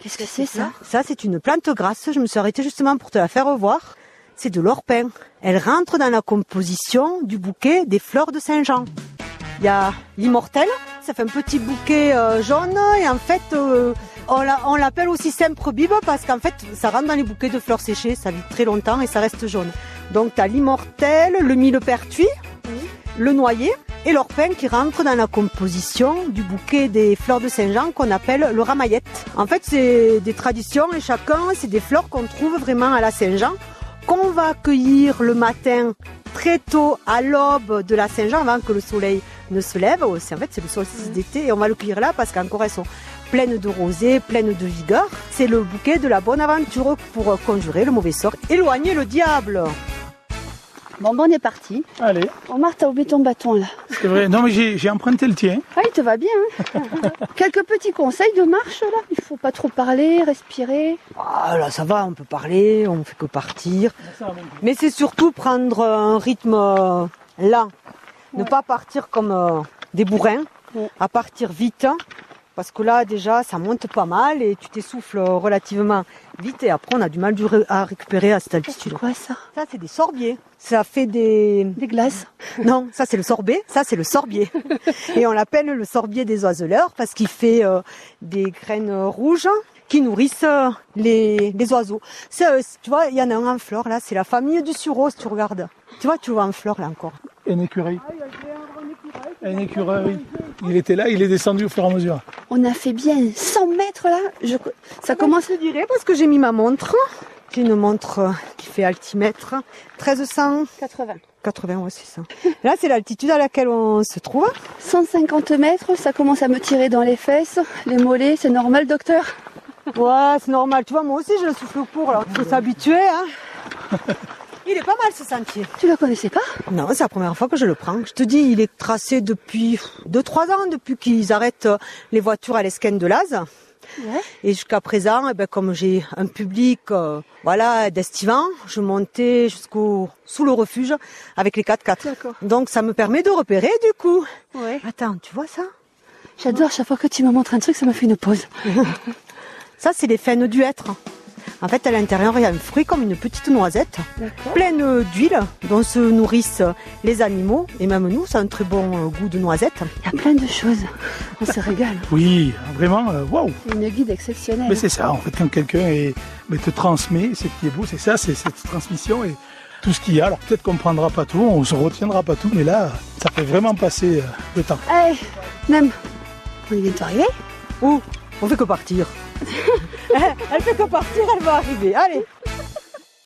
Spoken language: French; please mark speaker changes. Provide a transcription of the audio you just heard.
Speaker 1: Qu'est-ce que c'est ça
Speaker 2: Ça, c'est une plante grasse. Je me suis arrêtée justement pour te la faire voir. C'est de l'orpin. Elle rentre dans la composition du bouquet des fleurs de Saint-Jean. Il y a l'immortel. Ça fait un petit bouquet euh, jaune et en fait, euh, on l'a- on l'appelle aussi semprebibe parce qu'en fait, ça rentre dans les bouquets de fleurs séchées. Ça vit très longtemps et ça reste jaune. Donc, t'as l'immortel, le millepertuis, le noyer et l'orpin qui rentre dans la composition du bouquet des fleurs de Saint-Jean qu'on appelle le ramaillette. En fait, c'est des traditions et chacun, c'est des fleurs qu'on trouve vraiment à la Saint-Jean, qu'on va cueillir le matin très tôt à l'aube de la Saint-Jean avant que le soleil ne se lève. Oh, c'est- En fait, c'est le solstice d'été et on va le cueillir là parce qu'encore elles sont pleines de rosée, pleines de vigueur. C'est le bouquet de la bonne aventure pour conjurer le mauvais sort, éloigner le diable.
Speaker 1: Bon, bon, on est parti.
Speaker 3: Allez,
Speaker 1: Omar, t'as oublié ton bâton là.
Speaker 3: c'est vrai. Non, mais j'ai j'ai emprunté le tien.
Speaker 1: Ah, il te va bien. hein. Quelques petits conseils de marche là. Il faut pas trop parler, respirer.
Speaker 2: Ah là, ça va, on peut parler, on fait que partir. Mais c'est surtout prendre un rythme euh, lent. Ne pas partir comme euh, des bourrins,
Speaker 1: Ouais.
Speaker 2: à partir vite. Parce que là, déjà, ça monte pas mal et tu t'essouffles euh, relativement vite. Et après, on a du mal du- à récupérer à cette
Speaker 1: C'est
Speaker 2: altitude.
Speaker 1: quoi ça
Speaker 2: Ça, c'est des sorbiers. Ça fait des...
Speaker 1: Des glaces.
Speaker 2: Non, ça c'est le sorbet, ça c'est le sorbier. Et on l'appelle le sorbier des oiseleurs parce qu'il fait euh, des graines euh, rouges qui nourrissent euh, les, les oiseaux. C'est, euh, tu vois, il y en a un en fleur là, c'est la famille du sureau si tu regardes. Tu vois, tu vois en fleur là encore.
Speaker 3: Un écureuil. Un écureuil. Il était là, il est descendu au fur et à mesure.
Speaker 1: On a fait bien 100 mètres là. Je... Ça commence.
Speaker 2: Je dirais parce que j'ai mis ma montre. J'ai une montre euh, qui fait altimètre, 1380,
Speaker 1: 80.
Speaker 2: ouais c'est ça. Là c'est l'altitude à laquelle on se trouve.
Speaker 1: 150 mètres, ça commence à me tirer dans les fesses, les mollets, c'est normal docteur
Speaker 2: Ouais, c'est normal. Tu vois, moi aussi, je le souffle pour, alors il faut s'habituer. Hein. Il est pas mal ce sentier.
Speaker 1: Tu la connaissais pas
Speaker 2: Non, c'est la première fois que je le prends. Je te dis, il est tracé depuis 2-3 ans, depuis qu'ils arrêtent euh, les voitures à l'esquène de Laz.
Speaker 1: Ouais.
Speaker 2: Et jusqu'à présent, eh ben, comme j'ai un public euh, voilà, d'estivants, je montais jusqu'au sous le refuge avec les 4x4.
Speaker 1: D'accord.
Speaker 2: Donc ça me permet de repérer du coup.
Speaker 1: Ouais.
Speaker 2: Attends, tu vois ça
Speaker 1: J'adore, chaque fois que tu me montres un truc, ça me fait une pause.
Speaker 2: Ça, c'est les faines du hêtre. En fait, à l'intérieur, il y a un fruit comme une petite noisette.
Speaker 1: D'accord.
Speaker 2: pleine d'huile dont se nourrissent les animaux et même nous, ça a un très bon euh, goût de noisette.
Speaker 1: Il y a plein de choses. On se régale.
Speaker 3: Oui, vraiment, euh, waouh.
Speaker 1: Une guide exceptionnelle.
Speaker 3: Mais c'est ça, en fait, quand quelqu'un est- mais te transmet, c'est ce qui est beau, c'est ça, c'est cette transmission et tout ce qu'il y a. Alors peut-être qu'on ne prendra pas tout, on se retiendra pas tout, mais là, ça fait vraiment passer euh, le temps.
Speaker 1: Allez, même. On est bientôt arrivé.
Speaker 2: Eh, Ouh, on fait que partir. elle fait que partir, elle va arriver. Allez,